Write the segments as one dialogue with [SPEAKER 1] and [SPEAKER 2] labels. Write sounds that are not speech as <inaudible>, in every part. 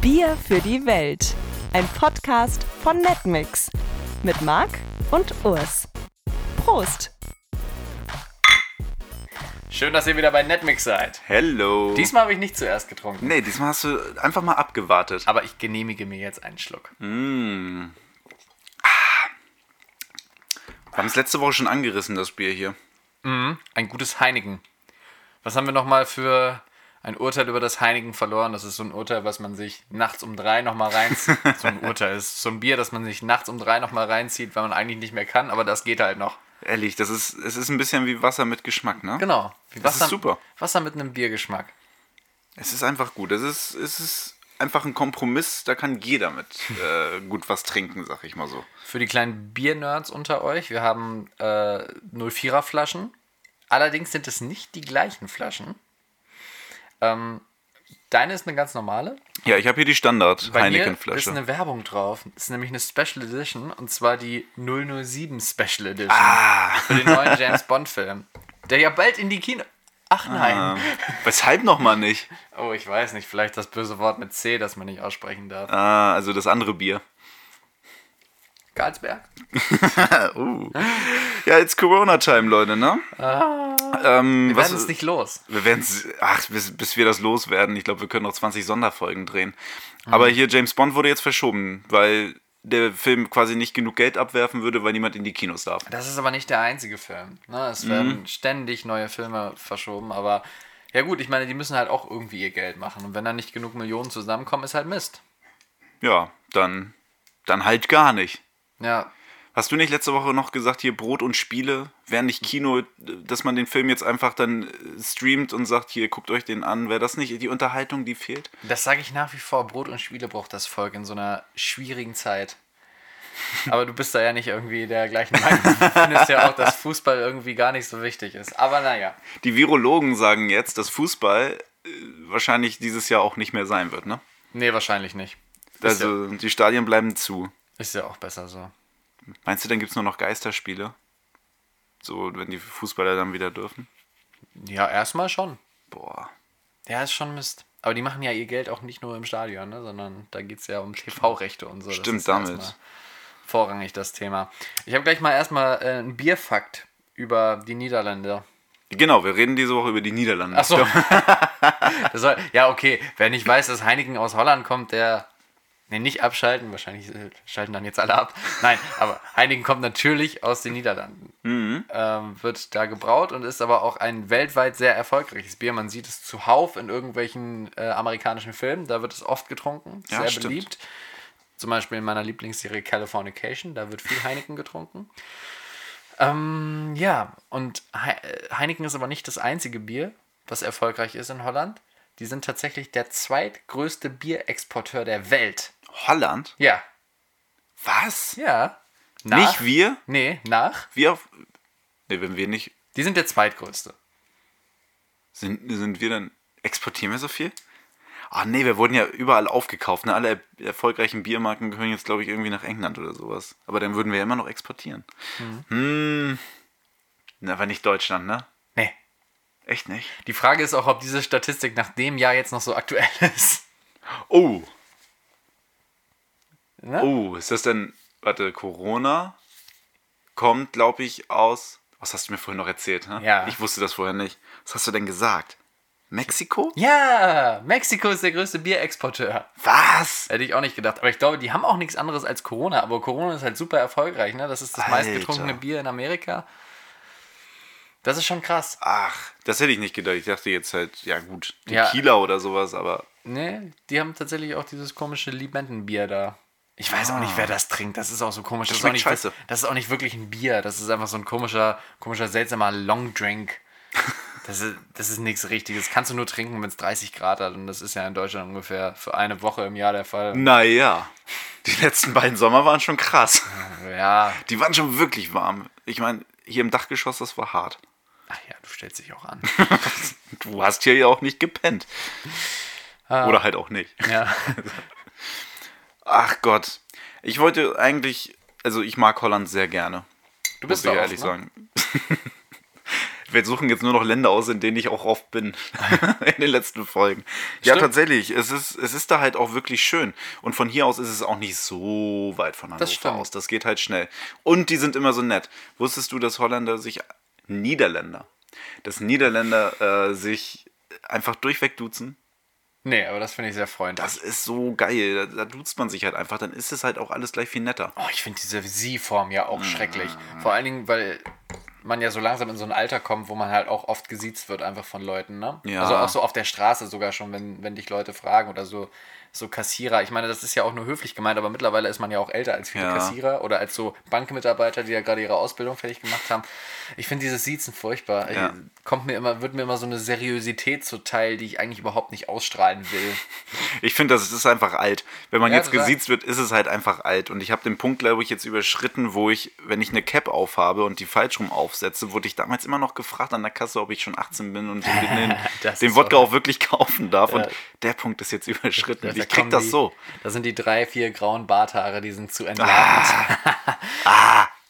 [SPEAKER 1] Bier für die Welt. Ein Podcast von Netmix mit Marc und Urs. Prost!
[SPEAKER 2] Schön, dass ihr wieder bei Netmix seid.
[SPEAKER 3] Hello.
[SPEAKER 2] Diesmal habe ich nicht zuerst getrunken,
[SPEAKER 3] nee, diesmal hast du einfach mal abgewartet.
[SPEAKER 2] aber ich genehmige mir jetzt einen Schluck.
[SPEAKER 3] Wir haben es letzte Woche schon angerissen, das Bier hier.
[SPEAKER 2] Ein gutes Heinigen. Was haben wir nochmal für ein Urteil über das Heinigen verloren? Das ist so ein Urteil, was man sich nachts um drei nochmal
[SPEAKER 3] <laughs>
[SPEAKER 2] reinzieht. so ein Urteil ist so ein Bier, das man sich nachts um drei nochmal reinzieht, weil man eigentlich nicht mehr kann, aber das geht halt noch.
[SPEAKER 3] Ehrlich, das ist, es ist ein bisschen wie Wasser mit Geschmack, ne?
[SPEAKER 2] Genau. Wie
[SPEAKER 3] Das ist super.
[SPEAKER 2] Wasser mit einem Biergeschmack.
[SPEAKER 3] Es ist einfach gut. Es ist, es ist einfach ein Kompromiss, da kann jeder mit äh, gut was trinken, sag ich mal so.
[SPEAKER 2] Für die kleinen Biernerds unter euch, wir haben äh, 04er Flaschen. Allerdings sind es nicht die gleichen Flaschen. Ähm, deine ist eine ganz normale.
[SPEAKER 3] Ja, ich habe hier die Standard
[SPEAKER 2] Bei mir ist
[SPEAKER 3] Heineken-Flasche.
[SPEAKER 2] eine Werbung drauf. Ist nämlich eine Special Edition und zwar die 007 Special Edition
[SPEAKER 3] Ah.
[SPEAKER 2] für den neuen James Bond Film, der ja bald in die Kino. Ach nein.
[SPEAKER 3] Ah. Weshalb nochmal nicht?
[SPEAKER 2] Oh, ich weiß nicht. Vielleicht das böse Wort mit C, das man nicht aussprechen darf.
[SPEAKER 3] Ah, also das andere Bier.
[SPEAKER 2] Karlsberg.
[SPEAKER 3] Ja, it's Corona-Time, Leute, ne? Ähm,
[SPEAKER 2] Wir
[SPEAKER 3] was,
[SPEAKER 2] werden es nicht los.
[SPEAKER 3] Wir werden ach, bis, bis wir das loswerden. Ich glaube, wir können noch 20 Sonderfolgen drehen. Aber hier, James Bond wurde jetzt verschoben, weil der Film quasi nicht genug Geld abwerfen würde, weil niemand in die Kinos darf.
[SPEAKER 2] Das ist aber nicht der einzige Film. Ne? Es werden ständig neue Filme verschoben, aber ja gut, ich meine, die müssen halt auch irgendwie ihr Geld machen. Und wenn da nicht genug Millionen zusammenkommen, ist halt Mist.
[SPEAKER 3] Ja, dann, dann halt gar nicht.
[SPEAKER 2] Ja,
[SPEAKER 3] Hast du nicht letzte Woche noch gesagt, hier Brot und Spiele wären nicht Kino, dass man den Film jetzt einfach dann äh, streamt und sagt, hier, guckt euch den an. Wäre das nicht die Unterhaltung, die fehlt?
[SPEAKER 2] das sage ich nach wie vor. Brot und Spiele braucht das Volk in so einer schwierigen Zeit. Aber du bist da ja nicht irgendwie der gleichen Meinung. Du findest ja auch, dass Fußball irgendwie gar nicht so wichtig ist. Aber naja,
[SPEAKER 3] Die Virologen sagen jetzt, dass Fußball äh, wahrscheinlich dieses Jahr auch nicht mehr sein wird, ne?
[SPEAKER 2] nee, wahrscheinlich nicht. Ist ja,
[SPEAKER 3] Also die Stadien bleiben zu.
[SPEAKER 2] ist ja auch besser so.
[SPEAKER 3] Meinst du, dann gibt es nur noch Geisterspiele? So, wenn die Fußballer dann wieder dürfen?
[SPEAKER 2] Ja, erstmal schon.
[SPEAKER 3] Boah.
[SPEAKER 2] Ja, ist schon Mist. Aber die machen ja ihr Geld auch nicht nur im Stadion, ne? sondern da geht es ja um <laughs> TV-Rechte und so. Das
[SPEAKER 3] Stimmt
[SPEAKER 2] ist
[SPEAKER 3] damit.
[SPEAKER 2] erstmal Vorrangig das Thema. Ich habe gleich mal erstmal äh, einen Bierfakt über die Niederlande.
[SPEAKER 3] Genau, wir reden diese Woche über die Niederlande.
[SPEAKER 2] Achso. <laughs> das war, ja, okay. Wer nicht weiß, dass Heineken aus Holland kommt, der. Nee, nicht abschalten. Wahrscheinlich äh, schalten dann jetzt alle ab. Nein, aber Heineken kommt natürlich aus den Niederlanden.
[SPEAKER 3] Mhm.
[SPEAKER 2] Ähm, wird da gebraut und ist aber auch ein weltweit sehr erfolgreiches Bier. Man sieht es zuhauf in irgendwelchen äh, amerikanischen Filmen. Da wird es oft getrunken.
[SPEAKER 3] Ja,
[SPEAKER 2] sehr
[SPEAKER 3] stimmt.
[SPEAKER 2] beliebt. Zum Beispiel in meiner Lieblingsserie Californication. Da wird viel Heineken getrunken. Ähm, ja, und Hei- äh, Heineken ist aber nicht das einzige Bier, was erfolgreich ist in Holland. Die sind tatsächlich der zweitgrößte Bierexporteur der Welt.
[SPEAKER 3] <laughs> Holland?
[SPEAKER 2] Ja.
[SPEAKER 3] Was?
[SPEAKER 2] Ja.
[SPEAKER 3] Nicht wir?
[SPEAKER 2] Nee, nach.
[SPEAKER 3] Wir auf. Ne, wenn wir nicht.
[SPEAKER 2] Die sind der zweitgrößte.
[SPEAKER 3] Sind, sind wir dann. Exportieren wir so viel? Ah, nee, wir wurden ja überall aufgekauft. Ne? Alle er erfolgreichen Biermarken gehören jetzt, glaube ich, irgendwie nach England oder sowas. Aber dann würden wir ja immer noch exportieren. Hm. Na, aber nicht Deutschland, ne?
[SPEAKER 2] Nee.
[SPEAKER 3] Echt nicht?
[SPEAKER 2] Die Frage ist auch, ob diese Statistik nach dem Jahr jetzt noch so aktuell <laughs> ist.
[SPEAKER 3] Oh,
[SPEAKER 2] Ne?
[SPEAKER 3] Oh, ist das denn, warte, Corona kommt, glaube ich, aus. Was hast du mir vorhin noch erzählt? hä?
[SPEAKER 2] Ja.
[SPEAKER 3] Ich wusste das vorher nicht. Was hast du denn gesagt? Mexiko?
[SPEAKER 2] Ja, Mexiko ist der größte Bierexporteur.
[SPEAKER 3] Was?
[SPEAKER 2] Hätte ich auch nicht gedacht. Aber ich glaube, die haben auch nichts anderes als Corona. Aber Corona ist halt super erfolgreich. Ne? Das ist das
[SPEAKER 3] Alter.
[SPEAKER 2] meistgetrunkene Bier in Amerika. Das ist schon krass.
[SPEAKER 3] Ach, das hätte ich nicht gedacht. Ich dachte jetzt halt, ja gut,
[SPEAKER 2] Ja.
[SPEAKER 3] Tequila oder sowas, aber
[SPEAKER 2] Ne, die haben tatsächlich auch dieses komische Limentenbier da. Ich weiß auch nicht, wer das trinkt. Das ist auch so komisch. Das, ist, auch
[SPEAKER 3] Ah. schmeckt
[SPEAKER 2] nicht,
[SPEAKER 3] scheiße.
[SPEAKER 2] das ist auch nicht wirklich ein Bier. Das ist einfach so ein komischer, komischer seltsamer Long
[SPEAKER 3] <laughs>
[SPEAKER 2] Drink. Das ist, das ist nichts Richtiges. Kannst du nur trinken, wenn es 30 Grad hat. Und das ist ja in Deutschland ungefähr für eine Woche im Jahr der Fall.
[SPEAKER 3] naja. Die letzten beiden Sommer waren schon krass.
[SPEAKER 2] Ja.
[SPEAKER 3] Die waren schon wirklich warm. Ich meine, hier im Dachgeschoss, das war hart. <laughs>
[SPEAKER 2] Ach ja, du stellst dich auch an.
[SPEAKER 3] Du hast hier ja auch nicht gepennt.
[SPEAKER 2] Ah.
[SPEAKER 3] Oder halt auch nicht. <laughs>
[SPEAKER 2] ja.
[SPEAKER 3] Ach Gott. Ich wollte eigentlich, also ich mag Holland sehr gerne.
[SPEAKER 2] Du
[SPEAKER 3] Muss
[SPEAKER 2] bist ne?
[SPEAKER 3] ich
[SPEAKER 2] da
[SPEAKER 3] ehrlich
[SPEAKER 2] oft, ne?
[SPEAKER 3] sagen. <laughs> Wir suchen jetzt nur noch Länder aus, in denen ich auch oft bin. <laughs> in den letzten Folgen. Ja,
[SPEAKER 2] Stimmt.
[SPEAKER 3] tatsächlich. Es ist, es ist da halt auch wirklich schön. Und von hier aus ist es auch nicht so weit von Hannover
[SPEAKER 2] stimmt.
[SPEAKER 3] aus. Das geht halt schnell. Und die sind immer so nett. Wusstest du, dass Holländer sich. Niederländer. Dass Niederländer äh, sich einfach durchweg duzen?
[SPEAKER 2] Nee, aber das finde ich sehr freundlich.
[SPEAKER 3] Das ist so geil. Da, da duzt man sich halt einfach. Dann ist es halt auch alles gleich viel netter.
[SPEAKER 2] Oh, ich finde diese Sie-Form ja
[SPEAKER 3] Mhm.
[SPEAKER 2] auch schrecklich. Vor allen Dingen, weil man ja so langsam in so ein Alter kommt, wo man halt auch oft gesiezt wird, einfach von Leuten, ne?
[SPEAKER 3] Ja.
[SPEAKER 2] Also auch so auf der Straße sogar schon, wenn, wenn dich Leute fragen oder so, so Kassierer. Ich meine, das ist ja auch nur höflich gemeint, aber mittlerweile ist man ja auch älter als viele
[SPEAKER 3] Ja.
[SPEAKER 2] Kassierer oder als so Bankmitarbeiter, die ja gerade ihre Ausbildung fertig gemacht haben. Ich finde dieses Siezen furchtbar.
[SPEAKER 3] Ja.
[SPEAKER 2] Kommt mir immer, wird mir immer so eine Seriosität zuteil, die ich eigentlich überhaupt nicht ausstrahlen will.
[SPEAKER 3] Ich finde, das ist einfach alt. Wenn man
[SPEAKER 2] Ja,
[SPEAKER 3] jetzt
[SPEAKER 2] total.
[SPEAKER 3] gesiezt wird, ist es halt einfach alt. Und ich habe den Punkt, glaube ich, jetzt überschritten, wo ich, wenn ich eine Cap aufhabe und die falsch rum aufsetze, wurde ich damals immer noch gefragt an der Kasse, ob ich schon 18 bin und den, den,
[SPEAKER 2] <laughs> Das
[SPEAKER 3] den
[SPEAKER 2] ist
[SPEAKER 3] Wodka
[SPEAKER 2] so.
[SPEAKER 3] auch wirklich kaufen darf.
[SPEAKER 2] Ja.
[SPEAKER 3] Und der Punkt ist jetzt überschritten.
[SPEAKER 2] Da
[SPEAKER 3] ich krieg
[SPEAKER 2] kommen
[SPEAKER 3] das
[SPEAKER 2] die,
[SPEAKER 3] so.
[SPEAKER 2] Da sind die drei, vier grauen Barthaare, die sind zu entlarvend.
[SPEAKER 3] Ah.
[SPEAKER 2] <laughs>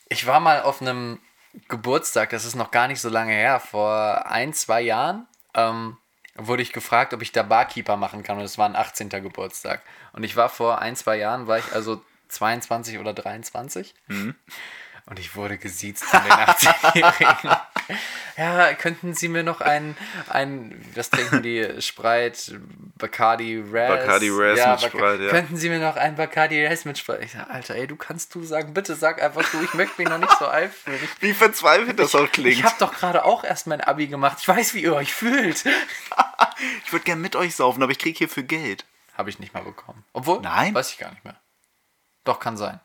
[SPEAKER 2] Ich war mal auf einem Geburtstag, das ist noch gar nicht so lange her, vor ein, zwei Jahren, ähm, wurde ich gefragt, ob ich da Barkeeper machen kann. Und es war ein 18. Geburtstag. Und ich war vor ein, zwei Jahren, war ich also 22 oder 23. Und ich wurde gesiezt von den
[SPEAKER 3] <laughs>
[SPEAKER 2] 18-Jährigen. ja, könnten Sie mir noch ein, ein was trinken die? Sprite, Bacardi Res.
[SPEAKER 3] Bacardi Res mit
[SPEAKER 2] Baca-
[SPEAKER 3] Sprite, ja.
[SPEAKER 2] Könnten Sie mir noch ein Bacardi Res mit Sprite? Ich sag, Alter, ey, du kannst du sagen, bitte sag einfach du, ich möchte mich noch nicht so alt fühlen. Ich-
[SPEAKER 3] Wie verzweifelt das auch klingt.
[SPEAKER 2] Ich habe doch gerade auch erst mein Abi gemacht. Ich weiß, wie ihr euch fühlt.
[SPEAKER 3] Ich würde gerne mit euch saufen, aber ich kriege hierfür Geld.
[SPEAKER 2] Habe ich nicht mal bekommen. Obwohl,
[SPEAKER 3] Nein?
[SPEAKER 2] weiß ich gar nicht mehr. Doch, kann sein.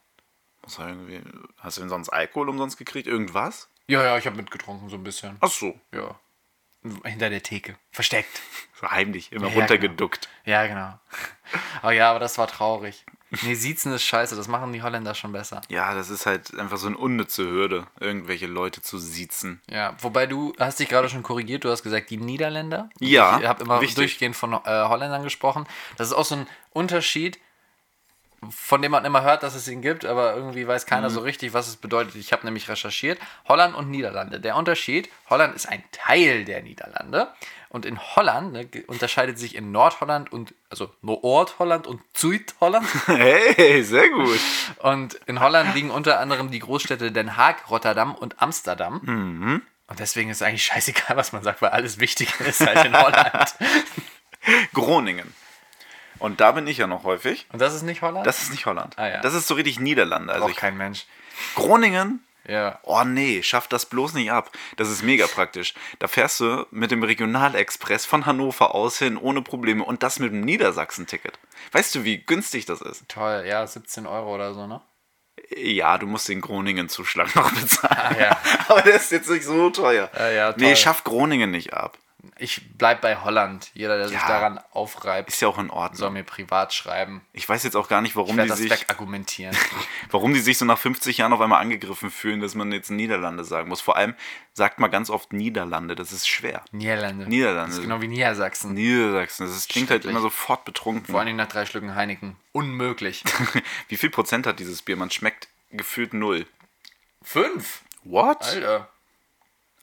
[SPEAKER 3] Was soll irgendwie- Hast du denn sonst Alkohol umsonst gekriegt? Irgendwas?
[SPEAKER 2] Ja, ja, ich habe mitgetrunken, so ein bisschen.
[SPEAKER 3] Ach so.
[SPEAKER 2] Ja. Hinter der Theke. Versteckt.
[SPEAKER 3] So heimlich, immer
[SPEAKER 2] Ja, genau.
[SPEAKER 3] runtergeduckt.
[SPEAKER 2] Ja, genau. <laughs> Aber ja, aber das war traurig. Nee, Siezen ist scheiße, das machen die Holländer schon besser.
[SPEAKER 3] Ja, das ist halt einfach so eine unnütze Hürde, irgendwelche Leute zu siezen. <laughs>
[SPEAKER 2] Ja, wobei du hast dich gerade schon korrigiert, du hast gesagt, die Niederländer.
[SPEAKER 3] Ja,
[SPEAKER 2] Ich habe immer
[SPEAKER 3] wichtig.
[SPEAKER 2] durchgehend von äh, Holländern gesprochen. Das ist auch so ein Unterschied, von dem man immer hört, dass es ihn gibt, aber irgendwie weiß keiner so richtig, was es bedeutet. Ich habe nämlich recherchiert, Holland und Niederlande. Der Unterschied, Holland ist ein Teil der Niederlande und in Holland ne, ge- unterscheidet sich in Nordholland und, also Nordholland und Südholland
[SPEAKER 3] Hey, sehr gut.
[SPEAKER 2] Und in Holland liegen unter anderem die Großstädte Den Haag, Rotterdam und Amsterdam.
[SPEAKER 3] Mhm.
[SPEAKER 2] Und deswegen ist es eigentlich scheißegal, was man sagt, weil alles Wichtige ist halt in
[SPEAKER 3] <laughs>
[SPEAKER 2] Holland.
[SPEAKER 3] Groningen. Und da bin ich ja noch häufig.
[SPEAKER 2] Und das ist nicht Holland?
[SPEAKER 3] Das ist nicht Holland.
[SPEAKER 2] Ah, ja.
[SPEAKER 3] Das ist so richtig Niederlande. Also
[SPEAKER 2] auch
[SPEAKER 3] ich,
[SPEAKER 2] kein Mensch.
[SPEAKER 3] Groningen?
[SPEAKER 2] Ja.
[SPEAKER 3] Oh nee, schafft das bloß nicht ab. Das ist mega praktisch. Da fährst du mit dem Regionalexpress von Hannover aus hin ohne Probleme und das mit dem Niedersachsen-Ticket. Weißt du, wie günstig das ist?
[SPEAKER 2] Toll, ja, 17 Euro oder so, ne?
[SPEAKER 3] Ja, du musst den Groningen-Zuschlag noch bezahlen.
[SPEAKER 2] Ah, ja.
[SPEAKER 3] <laughs> Aber der ist jetzt nicht so teuer.
[SPEAKER 2] Ah, ja,
[SPEAKER 3] nee,
[SPEAKER 2] toll.
[SPEAKER 3] schafft Groningen nicht ab.
[SPEAKER 2] Ich bleib bei Holland. Jeder, der sich
[SPEAKER 3] Ja.
[SPEAKER 2] daran aufreibt,
[SPEAKER 3] Ist ja auch in Ordnung.
[SPEAKER 2] soll mir privat schreiben.
[SPEAKER 3] Ich weiß jetzt auch gar nicht,
[SPEAKER 2] Ich
[SPEAKER 3] warum Um
[SPEAKER 2] werde
[SPEAKER 3] die,
[SPEAKER 2] das
[SPEAKER 3] sich, <laughs>
[SPEAKER 2] wegargumentieren.
[SPEAKER 3] warum die sich so nach 50 Jahren auf einmal angegriffen fühlen, dass man jetzt Niederlande sagen muss. Vor allem sagt man ganz oft Niederlande, das ist schwer.
[SPEAKER 2] Niederlande.
[SPEAKER 3] Niederlande.
[SPEAKER 2] Das ist genau wie Niedersachsen.
[SPEAKER 3] Niedersachsen, das ist, klingt halt
[SPEAKER 2] Schrecklich.
[SPEAKER 3] immer sofort betrunken.
[SPEAKER 2] Vor allen Dingen nach drei Schlücken Heineken.
[SPEAKER 3] <laughs>
[SPEAKER 2] Unmöglich.
[SPEAKER 3] Wie viel Prozent hat dieses Bier? Man schmeckt gefühlt null.
[SPEAKER 2] Fünf?
[SPEAKER 3] What?
[SPEAKER 2] Alter.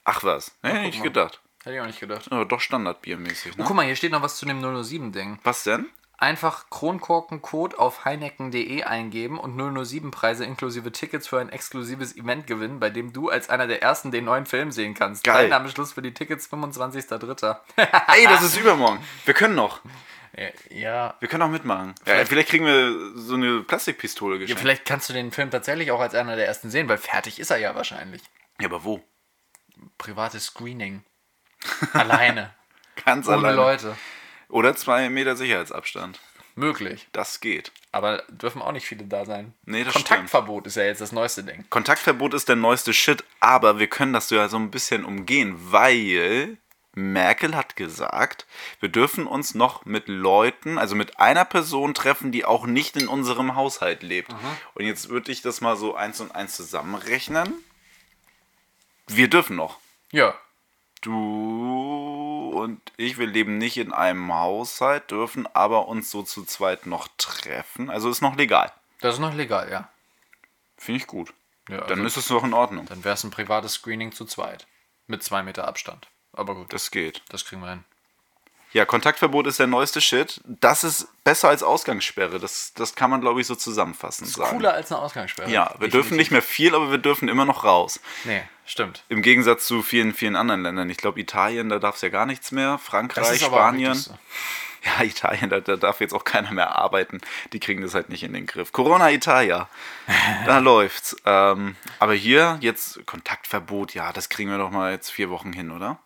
[SPEAKER 3] Ach was, hätte ich
[SPEAKER 2] mal.
[SPEAKER 3] gedacht.
[SPEAKER 2] Hätte ich auch nicht gedacht.
[SPEAKER 3] Aber doch standardbiermäßig,
[SPEAKER 2] Oh,
[SPEAKER 3] ne?
[SPEAKER 2] guck mal, hier steht noch was zu dem 007-Ding.
[SPEAKER 3] Was denn?
[SPEAKER 2] Einfach Kronkorkencode auf heineken.de eingeben und 007-Preise inklusive Tickets für ein exklusives Event gewinnen, bei dem du als einer der ersten den neuen Film sehen kannst.
[SPEAKER 3] Geil.
[SPEAKER 2] Teilnahmeschluss für die Tickets <laughs> 25.03.
[SPEAKER 3] Ey,
[SPEAKER 2] ah.
[SPEAKER 3] das ist übermorgen. Wir können noch.
[SPEAKER 2] ja.
[SPEAKER 3] Wir können auch mitmachen. Vielleicht, ja, vielleicht kriegen wir so eine Plastikpistole geschenkt.
[SPEAKER 2] Vielleicht kannst du den Film tatsächlich auch als einer der ersten sehen, weil fertig ist er ja wahrscheinlich.
[SPEAKER 3] ja aber wo?
[SPEAKER 2] Privates <laughs> Screening. Alleine.
[SPEAKER 3] Ganz
[SPEAKER 2] Ohne
[SPEAKER 3] alleine.
[SPEAKER 2] Leute.
[SPEAKER 3] Oder zwei Meter Sicherheitsabstand.
[SPEAKER 2] Möglich.
[SPEAKER 3] Das geht.
[SPEAKER 2] Aber dürfen auch nicht viele da sein.
[SPEAKER 3] Nee, das
[SPEAKER 2] Kontaktverbot ist ja jetzt das neueste Ding.
[SPEAKER 3] Kontaktverbot ist der neueste Shit, aber wir können das ja so ein bisschen umgehen, weil Merkel hat gesagt, wir dürfen uns noch mit Leuten, also mit einer Person treffen, die auch nicht in unserem Haushalt lebt. Und jetzt würde ich das mal so eins und eins zusammenrechnen. Wir dürfen noch.
[SPEAKER 2] Ja.
[SPEAKER 3] Du und ich, wir leben nicht in einem Haushalt, dürfen aber uns so zu zweit noch treffen. Also ist noch legal.
[SPEAKER 2] Das ist noch legal, ja.
[SPEAKER 3] Finde ich gut.
[SPEAKER 2] Ja,
[SPEAKER 3] Dann
[SPEAKER 2] also-
[SPEAKER 3] ist es doch in Ordnung.
[SPEAKER 2] Dann wäre es ein privates Screening zu zweit. Mit zwei Meter Abstand. Aber gut, das,
[SPEAKER 3] Das geht.
[SPEAKER 2] das kriegen wir hin.
[SPEAKER 3] Ja, Kontaktverbot ist der neueste Shit. Das ist besser als Ausgangssperre. Das, das kann man, glaube ich, so zusammenfassen. sagen.
[SPEAKER 2] Cooler als eine Ausgangssperre.
[SPEAKER 3] Ja, wir dürfen nicht mehr viel, aber wir dürfen immer noch raus.
[SPEAKER 2] Nee, stimmt.
[SPEAKER 3] Im Gegensatz zu vielen, vielen anderen Ländern. Ich glaube, Italien, da darf es ja gar nichts mehr.
[SPEAKER 2] Das
[SPEAKER 3] Frankreich,
[SPEAKER 2] ist aber auch
[SPEAKER 3] Spanien.
[SPEAKER 2] nicht das-
[SPEAKER 3] Ja, <laughs> Italien, da, da darf jetzt auch keiner mehr arbeiten. Die kriegen das halt nicht in den Griff. Corona
[SPEAKER 2] <laughs>
[SPEAKER 3] Italia, da läuft's. Ähm, aber hier jetzt Kontaktverbot, ja, das kriegen wir doch mal jetzt vier Wochen hin, oder?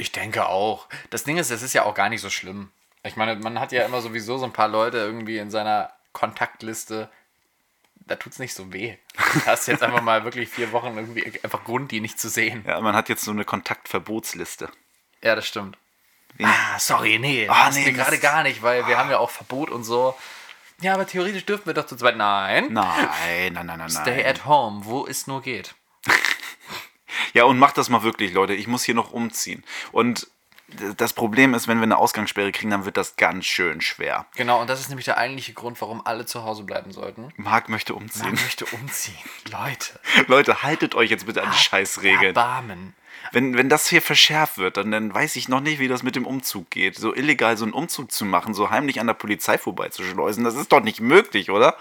[SPEAKER 2] Ich denke auch. Das Ding ist, es ist ja auch gar nicht so schlimm. Ich meine, man hat ja immer sowieso so ein paar Leute irgendwie in seiner Kontaktliste. Da tut es nicht so weh. Du hast jetzt einfach mal wirklich vier Wochen irgendwie einfach Grund, die nicht zu sehen.
[SPEAKER 3] Ja, man hat jetzt so eine Kontaktverbotsliste.
[SPEAKER 2] Ja, das stimmt. Ah, sorry, nee.
[SPEAKER 3] Ah,
[SPEAKER 2] das
[SPEAKER 3] nee,
[SPEAKER 2] nee, mir
[SPEAKER 3] das- Ah.
[SPEAKER 2] gerade gar nicht, weil wir haben ja auch Verbot und so. Ja, aber theoretisch dürfen wir doch zu zweit. Nein.
[SPEAKER 3] Nein, nein, nein, nein,
[SPEAKER 2] Stay
[SPEAKER 3] nein.
[SPEAKER 2] at home, wo es nur geht.
[SPEAKER 3] Ja, und macht das mal wirklich, Leute. Ich muss hier noch umziehen. Und d- das Problem ist, wenn wir eine Ausgangssperre kriegen, dann wird das ganz schön schwer.
[SPEAKER 2] Genau, und das ist nämlich der eigentliche Grund, warum alle zu Hause bleiben sollten.
[SPEAKER 3] Marc möchte
[SPEAKER 2] Man
[SPEAKER 3] umziehen.
[SPEAKER 2] möchte umziehen. Leute.
[SPEAKER 3] <laughs> Leute, haltet euch jetzt bitte an die Scheißregeln.
[SPEAKER 2] Erbarmen.
[SPEAKER 3] Wenn, wenn das hier verschärft wird, dann, dann weiß ich noch nicht, wie das mit dem Umzug geht. So illegal so einen Umzug zu machen, so heimlich an der Polizei vorbeizuschleusen, das ist doch nicht möglich, oder?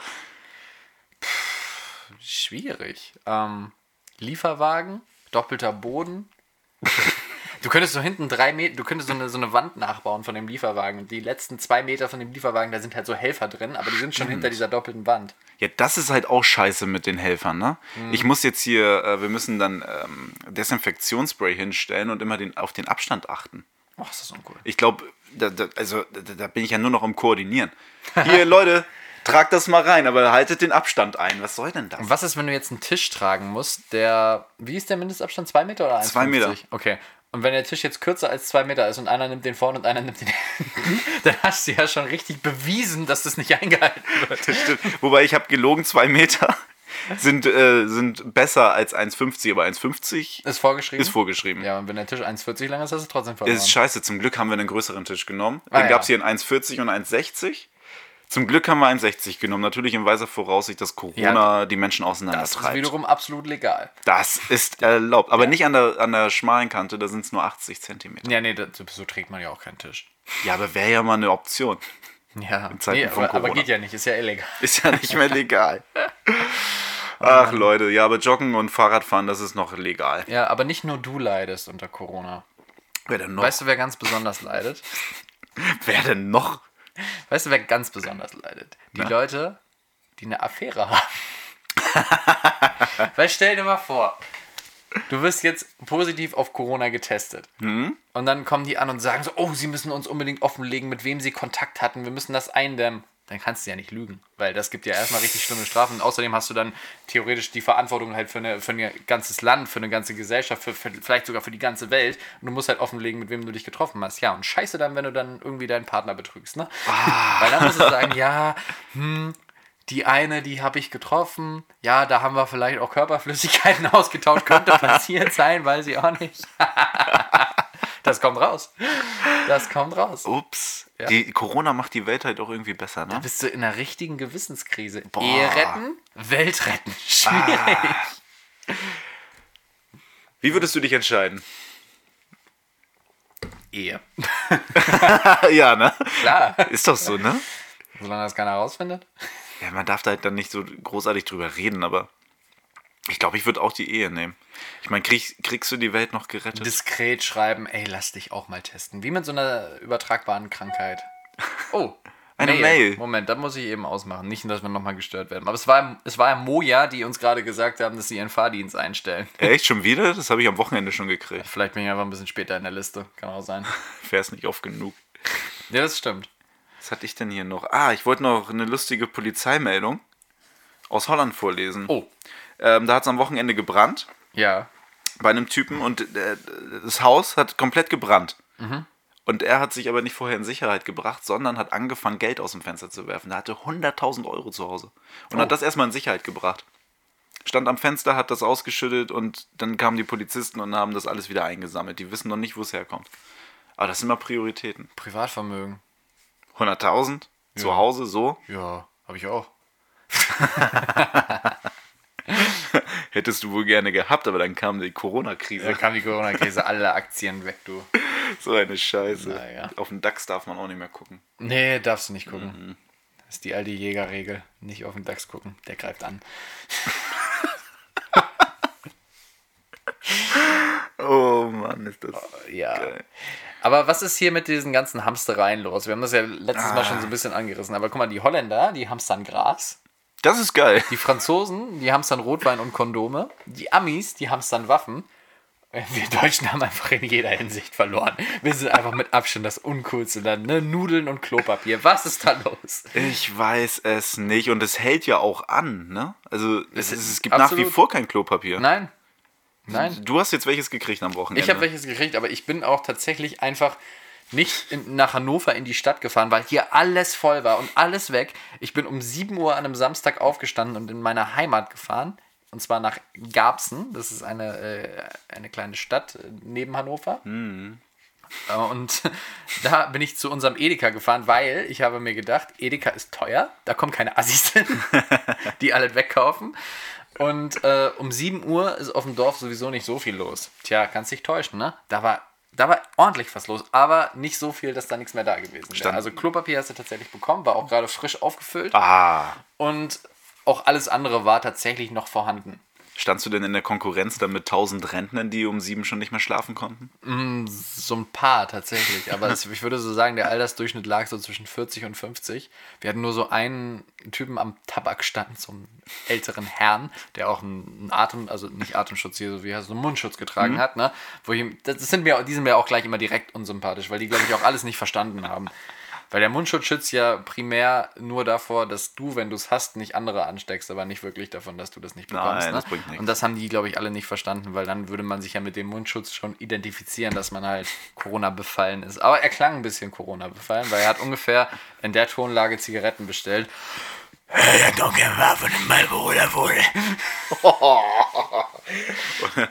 [SPEAKER 2] Schwierig. Ähm, Lieferwagen, doppelter Boden. Du könntest so hinten drei Meter, du könntest so eine, so eine Wand nachbauen von dem Lieferwagen. Und die letzten zwei Meter von dem Lieferwagen, da sind halt so Helfer drin, aber die sind schon hinter dieser doppelten Wand.
[SPEAKER 3] Ja, das ist halt auch scheiße mit den Helfern, ne?
[SPEAKER 2] Mhm.
[SPEAKER 3] Ich muss jetzt hier, äh, wir müssen dann ähm, Desinfektionsspray hinstellen und immer den, auf den Abstand achten.
[SPEAKER 2] Oh, ist das uncool.
[SPEAKER 3] Ich glaube, da, da, also, da, da bin ich ja nur noch am Koordinieren. Hier, <laughs> Leute, tragt das mal rein, aber haltet den Abstand ein. Was soll denn das?
[SPEAKER 2] <laughs> Was ist, wenn du jetzt einen Tisch tragen musst, der. Wie ist der Mindestabstand? Zwei Meter oder 1,50?
[SPEAKER 3] Zwei Meter.
[SPEAKER 2] Okay. Und wenn der Tisch jetzt kürzer als zwei Meter ist und einer nimmt den vorne und einer nimmt den hinten, <laughs> dann hast du ja schon richtig bewiesen, dass das nicht <laughs> eingehalten wird.
[SPEAKER 3] Stimmt. Wobei ich habe gelogen, zwei Meter <laughs> sind, äh, sind besser als 1,50, aber 1,50
[SPEAKER 2] Ist vorgeschrieben?
[SPEAKER 3] ist vorgeschrieben.
[SPEAKER 2] Mhm. Ja, und wenn der Tisch 1,40 lang ist, hast du trotzdem verloren.
[SPEAKER 3] Das ist scheiße, zum Glück haben wir einen größeren Tisch genommen.
[SPEAKER 2] Ah,
[SPEAKER 3] Den
[SPEAKER 2] ja.
[SPEAKER 3] gab es hier in 1,40 und 1,60. Zum Glück haben wir 1,60 genommen. Natürlich in weiser Voraussicht, dass Corona die Menschen
[SPEAKER 2] das ist
[SPEAKER 3] auseinandertreibt.
[SPEAKER 2] wiederum absolut legal.
[SPEAKER 3] Das ist erlaubt. Aber nicht an der, an der schmalen Kante, da sind es nur 80 Zentimeter.
[SPEAKER 2] Ja, nee, das, so trägt man ja auch keinen Tisch.
[SPEAKER 3] Ja, aber wäre ja mal eine Option.
[SPEAKER 2] Ja,
[SPEAKER 3] Zeiten
[SPEAKER 2] nee,
[SPEAKER 3] von
[SPEAKER 2] aber, aber
[SPEAKER 3] Corona.
[SPEAKER 2] geht ja nicht, ist ja illegal.
[SPEAKER 3] Ist ja nicht mehr legal. Ach Leute, ja, aber Joggen und Fahrradfahren, das ist noch legal.
[SPEAKER 2] Ja, aber nicht nur du leidest unter Corona.
[SPEAKER 3] Wer denn noch?
[SPEAKER 2] Weißt du, wer ganz besonders leidet?
[SPEAKER 3] Wer denn noch?
[SPEAKER 2] Weißt du, wer ganz besonders leidet? Die Leute, die eine Affäre haben. <laughs> Weil stell dir mal vor, du wirst jetzt positiv auf Corona getestet. Und dann kommen die an und sagen so, oh, sie müssen uns unbedingt offenlegen, mit wem sie Kontakt hatten. Wir müssen das eindämmen. Dann kannst du ja nicht lügen, weil das gibt ja erstmal richtig schlimme Strafen. Und außerdem hast du dann theoretisch die Verantwortung halt für, eine, für ein ganzes Land, für eine ganze Gesellschaft, für, für, vielleicht sogar für die ganze Welt. Und du musst halt offenlegen, mit wem du dich getroffen hast. Ja, und scheiße dann, wenn du dann irgendwie deinen Partner betrügst, ne? Weil dann musst du sagen, ja, hm, die eine, die habe ich getroffen. Ja, da haben wir vielleicht auch Körperflüssigkeiten <laughs> ausgetauscht. Könnte passiert sein, weiß ich auch nicht. das kommt raus. Das kommt raus.
[SPEAKER 3] Ups. Die Corona macht die Welt halt auch irgendwie besser, ne?
[SPEAKER 2] Bist du in einer richtigen Gewissenskrise? Ehe retten, Welt retten. <laughs> Ah. Schwierig.
[SPEAKER 3] Wie würdest du dich entscheiden?
[SPEAKER 2] Ehe.
[SPEAKER 3] <laughs> ja, ne?
[SPEAKER 2] Klar.
[SPEAKER 3] Ist doch so, ne?
[SPEAKER 2] Solange das keiner rausfindet.
[SPEAKER 3] Ja, man darf da halt dann nicht so großartig drüber reden, aber ich glaube, ich würde auch die Ehe nehmen. Ich meine, krieg, kriegst du die Welt noch gerettet?
[SPEAKER 2] Diskret schreiben, ey, lass dich auch mal testen. Wie mit so einer übertragbaren Krankheit. Oh.
[SPEAKER 3] Eine Mail.
[SPEAKER 2] Moment, da muss ich eben ausmachen. Nicht, dass wir nochmal gestört werden. Aber es war, es war Moja, die uns gerade gesagt haben, dass sie ihren Fahrdienst einstellen.
[SPEAKER 3] Äh, Echt schon wieder? Das habe ich am Wochenende schon gekriegt.
[SPEAKER 2] Vielleicht bin ich einfach ein bisschen später in der Liste. Kann auch <laughs> sein.
[SPEAKER 3] Wär's nicht oft genug.
[SPEAKER 2] Ja, das stimmt.
[SPEAKER 3] Was hatte ich denn hier noch? Ah, ich wollte noch eine lustige Polizeimeldung aus Holland vorlesen.
[SPEAKER 2] Oh.
[SPEAKER 3] Ähm, da hat es am Wochenende gebrannt.
[SPEAKER 2] Ja.
[SPEAKER 3] bei einem Typen und äh, das Haus hat komplett gebrannt. Und er hat sich aber nicht vorher in Sicherheit gebracht, sondern hat angefangen, Geld aus dem Fenster zu werfen. Er hatte 100.000 Euro zu Hause und hat das erstmal in Sicherheit gebracht. Stand am Fenster, hat das ausgeschüttet und dann kamen die Polizisten und haben das alles wieder eingesammelt. Die wissen noch nicht, wo es herkommt. Aber das sind mal Prioritäten.
[SPEAKER 2] Privatvermögen.
[SPEAKER 3] 100.000 zu Hause, so.
[SPEAKER 2] Ja, habe ich auch.
[SPEAKER 3] Hättest du wohl gerne gehabt, aber dann kam die Corona-Krise.
[SPEAKER 2] Da kam die Corona-Krise, alle Aktien weg, du.
[SPEAKER 3] So eine Scheiße.
[SPEAKER 2] Naja.
[SPEAKER 3] Auf den DAX darf man auch nicht mehr gucken.
[SPEAKER 2] Nee, darfst du nicht gucken. Das ist die alte Jägerregel. Nicht auf den DAX gucken, der greift an.
[SPEAKER 3] Oh Mann, ist das.
[SPEAKER 2] Ja.
[SPEAKER 3] Geil.
[SPEAKER 2] Aber was ist hier mit diesen ganzen Hamstereien los? Wir haben das ja letztes Mal schon so ein bisschen angerissen. Aber guck mal, die Holländer, die hamstern Gras.
[SPEAKER 3] Das ist geil.
[SPEAKER 2] Die Franzosen, die hamstern Rotwein und Kondome. Die Amis, die hamstern Waffen. Wir Deutschen haben einfach in jeder Hinsicht verloren. Wir sind einfach mit Abstand das uncoolste Land. Ne? Nudeln und Klopapier. Was ist da los?
[SPEAKER 3] Ich weiß es nicht. Und es hält ja auch an, ne? Also es,
[SPEAKER 2] ist
[SPEAKER 3] es, gibt
[SPEAKER 2] absolut-
[SPEAKER 3] nach wie vor kein Klopapier.
[SPEAKER 2] Nein. Nein.
[SPEAKER 3] Du hast jetzt welches gekriegt am Wochenende.
[SPEAKER 2] Ich habe welches gekriegt, aber ich bin auch tatsächlich einfach nicht in, nach Hannover in die Stadt gefahren, weil hier alles voll war und alles weg. Ich bin um 7 Uhr an einem Samstag aufgestanden und in meine Heimat gefahren. Und zwar nach Garbsen. Das ist eine, äh, eine kleine Stadt äh, neben Hannover. Äh, Und <laughs> da bin ich zu unserem Edeka gefahren, weil ich habe mir gedacht, Edeka ist teuer, da kommen keine Assis <laughs> hin, die alles wegkaufen. Und äh, um 7 Uhr ist auf dem Dorf sowieso nicht so viel los. Tja, kannst dich täuschen, ne? Da war, da war ordentlich was los, aber nicht so viel, dass da nichts mehr da gewesen wäre.
[SPEAKER 3] Stand-
[SPEAKER 2] Also Klopapier hast du tatsächlich bekommen, war auch gerade frisch aufgefüllt
[SPEAKER 3] Ah,
[SPEAKER 2] und auch alles andere war tatsächlich noch vorhanden.
[SPEAKER 3] standst du denn in der Konkurrenz dann mit 1000 Rentnern, die um sieben schon nicht mehr schlafen konnten?
[SPEAKER 2] So ein paar tatsächlich, aber es, ich würde so sagen, der Altersdurchschnitt lag so zwischen 40 und 50. Wir hatten nur so einen Typen am Tabakstand, so einen älteren Herrn, der auch einen Atem, also nicht Atemschutz hier, so wie heißt es, so einen Mundschutz getragen
[SPEAKER 3] Mhm.
[SPEAKER 2] hat, ne? Wo ich, das sind mir, die sind mir auch gleich immer direkt unsympathisch, weil die, glaube ich, auch alles nicht verstanden haben. Weil der Mundschutz schützt ja primär nur davor, dass du, wenn du es hast, nicht andere ansteckst, aber nicht wirklich davon, dass du das nicht bekommst.
[SPEAKER 3] Nein,
[SPEAKER 2] ne?
[SPEAKER 3] das bringt nichts.
[SPEAKER 2] Und das haben die, glaube ich, alle nicht verstanden, weil dann würde man sich ja mit dem Mundschutz schon identifizieren, dass man halt Corona befallen ist. Aber er klang ein bisschen Corona befallen, weil er hat ungefähr in der Tonlage Zigaretten bestellt. <laughs>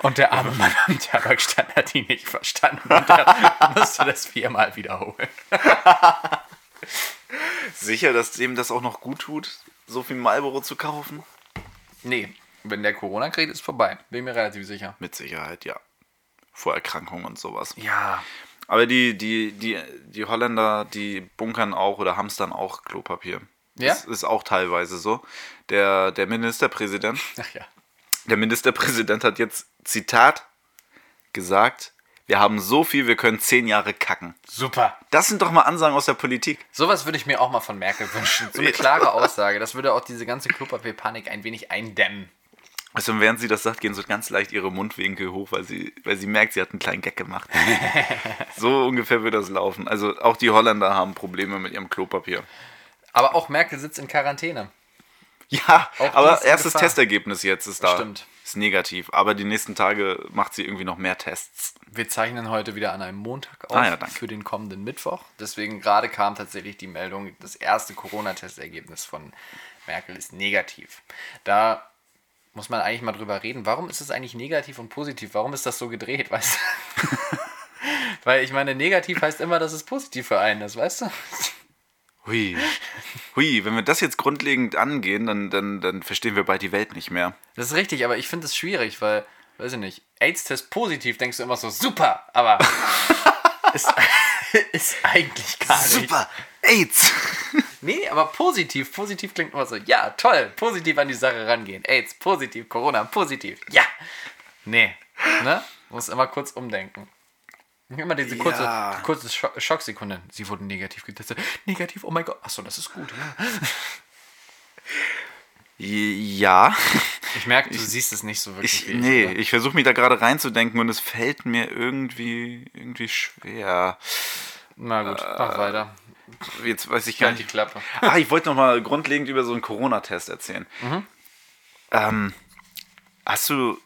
[SPEAKER 2] Und der arme Mann am Tabakstand hat die nicht verstanden. Und er <laughs> musste das viermal wiederholen.
[SPEAKER 3] Sicher, dass dem das auch noch gut tut, so viel Marlboro zu kaufen?
[SPEAKER 2] Nee, wenn der Corona-Krieg ist vorbei. Bin mir relativ sicher.
[SPEAKER 3] Mit Sicherheit, ja. Vor Erkrankungen und sowas.
[SPEAKER 2] Ja.
[SPEAKER 3] Aber die, die, die, die Holländer, die bunkern auch oder hamstern auch Klopapier.
[SPEAKER 2] Ja?
[SPEAKER 3] Das ist auch teilweise so. Der, der Ministerpräsident,
[SPEAKER 2] Ach ja.
[SPEAKER 3] der Ministerpräsident hat jetzt, Zitat, gesagt, wir haben so viel, wir können zehn Jahre kacken.
[SPEAKER 2] Super.
[SPEAKER 3] Das sind doch mal Ansagen aus der Politik.
[SPEAKER 2] Sowas würde ich mir auch mal von Merkel wünschen. So eine klare Aussage. Das würde auch diese ganze Klopapier-Panik ein wenig eindämmen.
[SPEAKER 3] Also während sie das sagt, gehen so ganz leicht ihre Mundwinkel hoch, weil sie, weil sie merkt, sie hat einen kleinen Gag gemacht. so ungefähr wird das laufen. Also auch die Holländer haben Probleme mit ihrem Klopapier.
[SPEAKER 2] Aber auch Merkel sitzt in Quarantäne.
[SPEAKER 3] <laughs> Ja,
[SPEAKER 2] Auch die
[SPEAKER 3] aber
[SPEAKER 2] ist in
[SPEAKER 3] erstes
[SPEAKER 2] Gefahr.
[SPEAKER 3] Testergebnis jetzt ist da.
[SPEAKER 2] Stimmt.
[SPEAKER 3] Ist negativ. Aber die nächsten Tage macht sie irgendwie noch mehr Tests.
[SPEAKER 2] Wir zeichnen heute wieder an einem Montag auf
[SPEAKER 3] Ah ja, danke.
[SPEAKER 2] für den kommenden Mittwoch. Deswegen gerade kam tatsächlich die Meldung, das erste Corona-Testergebnis von Merkel ist negativ. Da muss man eigentlich mal drüber reden. Warum ist es eigentlich negativ und positiv? Warum ist das so gedreht, weißt du?
[SPEAKER 3] <laughs>
[SPEAKER 2] Weil ich meine, negativ heißt immer, dass es positiv für einen ist, weißt du?
[SPEAKER 3] Hui. <laughs> Hui, wenn wir das jetzt grundlegend angehen, dann, dann, dann verstehen wir bald die Welt nicht mehr.
[SPEAKER 2] Das ist richtig, aber ich finde es schwierig, weil, weiß ich nicht, AIDS-Test positiv denkst du immer so, super,
[SPEAKER 3] <laughs>
[SPEAKER 2] aber <laughs> ist, <laughs> ist eigentlich gar nicht.
[SPEAKER 3] Super! AIDS! <laughs>
[SPEAKER 2] Nee, aber positiv, positiv klingt immer so, ja, toll, positiv an die Sache rangehen. AIDS, positiv, Corona, positiv, ja. Nee, ne? Muss immer kurz umdenken. Immer diese kurze,
[SPEAKER 3] Ja.
[SPEAKER 2] kurze Scho Schocksekunde. Sie wurden negativ getestet. Negativ, oh mein Gott. Achso, das ist gut. Ja.
[SPEAKER 3] Ja. <laughs>
[SPEAKER 2] Ich merke, du siehst es nicht so wirklich.
[SPEAKER 3] Ich,
[SPEAKER 2] wie
[SPEAKER 3] nee,
[SPEAKER 2] oder?
[SPEAKER 3] ich versuche mich da gerade reinzudenken und es fällt mir irgendwie, irgendwie schwer.
[SPEAKER 2] Na gut,
[SPEAKER 3] Äh.
[SPEAKER 2] mach weiter.
[SPEAKER 3] Jetzt weiß ich gar
[SPEAKER 2] Halt die
[SPEAKER 3] nicht.
[SPEAKER 2] Klappe.
[SPEAKER 3] Ah, ich wollte noch mal grundlegend über so einen Corona-Test erzählen. Ähm, hast du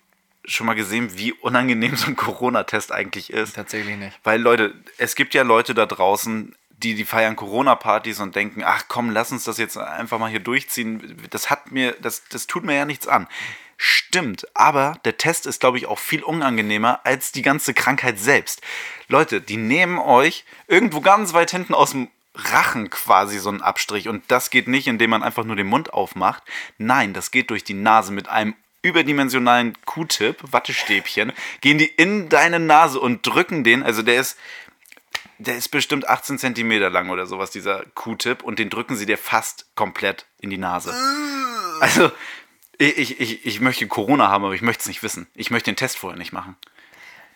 [SPEAKER 3] schon mal gesehen, wie unangenehm so ein Corona-Test eigentlich ist?
[SPEAKER 2] Tatsächlich nicht.
[SPEAKER 3] Weil Leute, es gibt ja Leute da draußen, die, die feiern Corona-Partys und denken, ach komm, lass uns das jetzt einfach mal hier durchziehen. Das hat mir, das, das tut mir ja nichts an. Stimmt, aber der Test ist, glaube ich, auch viel unangenehmer als die ganze Krankheit selbst. Leute, die nehmen euch irgendwo ganz weit hinten aus dem Rachen quasi so einen Abstrich und das geht nicht, indem man einfach nur den Mund aufmacht. Nein, das geht durch die Nase mit einem überdimensionalen Q-Tip, Wattestäbchen, gehen die in deine Nase und drücken den. Also der ist, der ist bestimmt 18 Zentimeter lang oder sowas, dieser Q-Tip. Und den drücken sie dir fast komplett in die Nase. Also ich, ich, ich, ich möchte Corona haben, aber ich möchte es nicht wissen. Ich möchte den Test vorher nicht machen.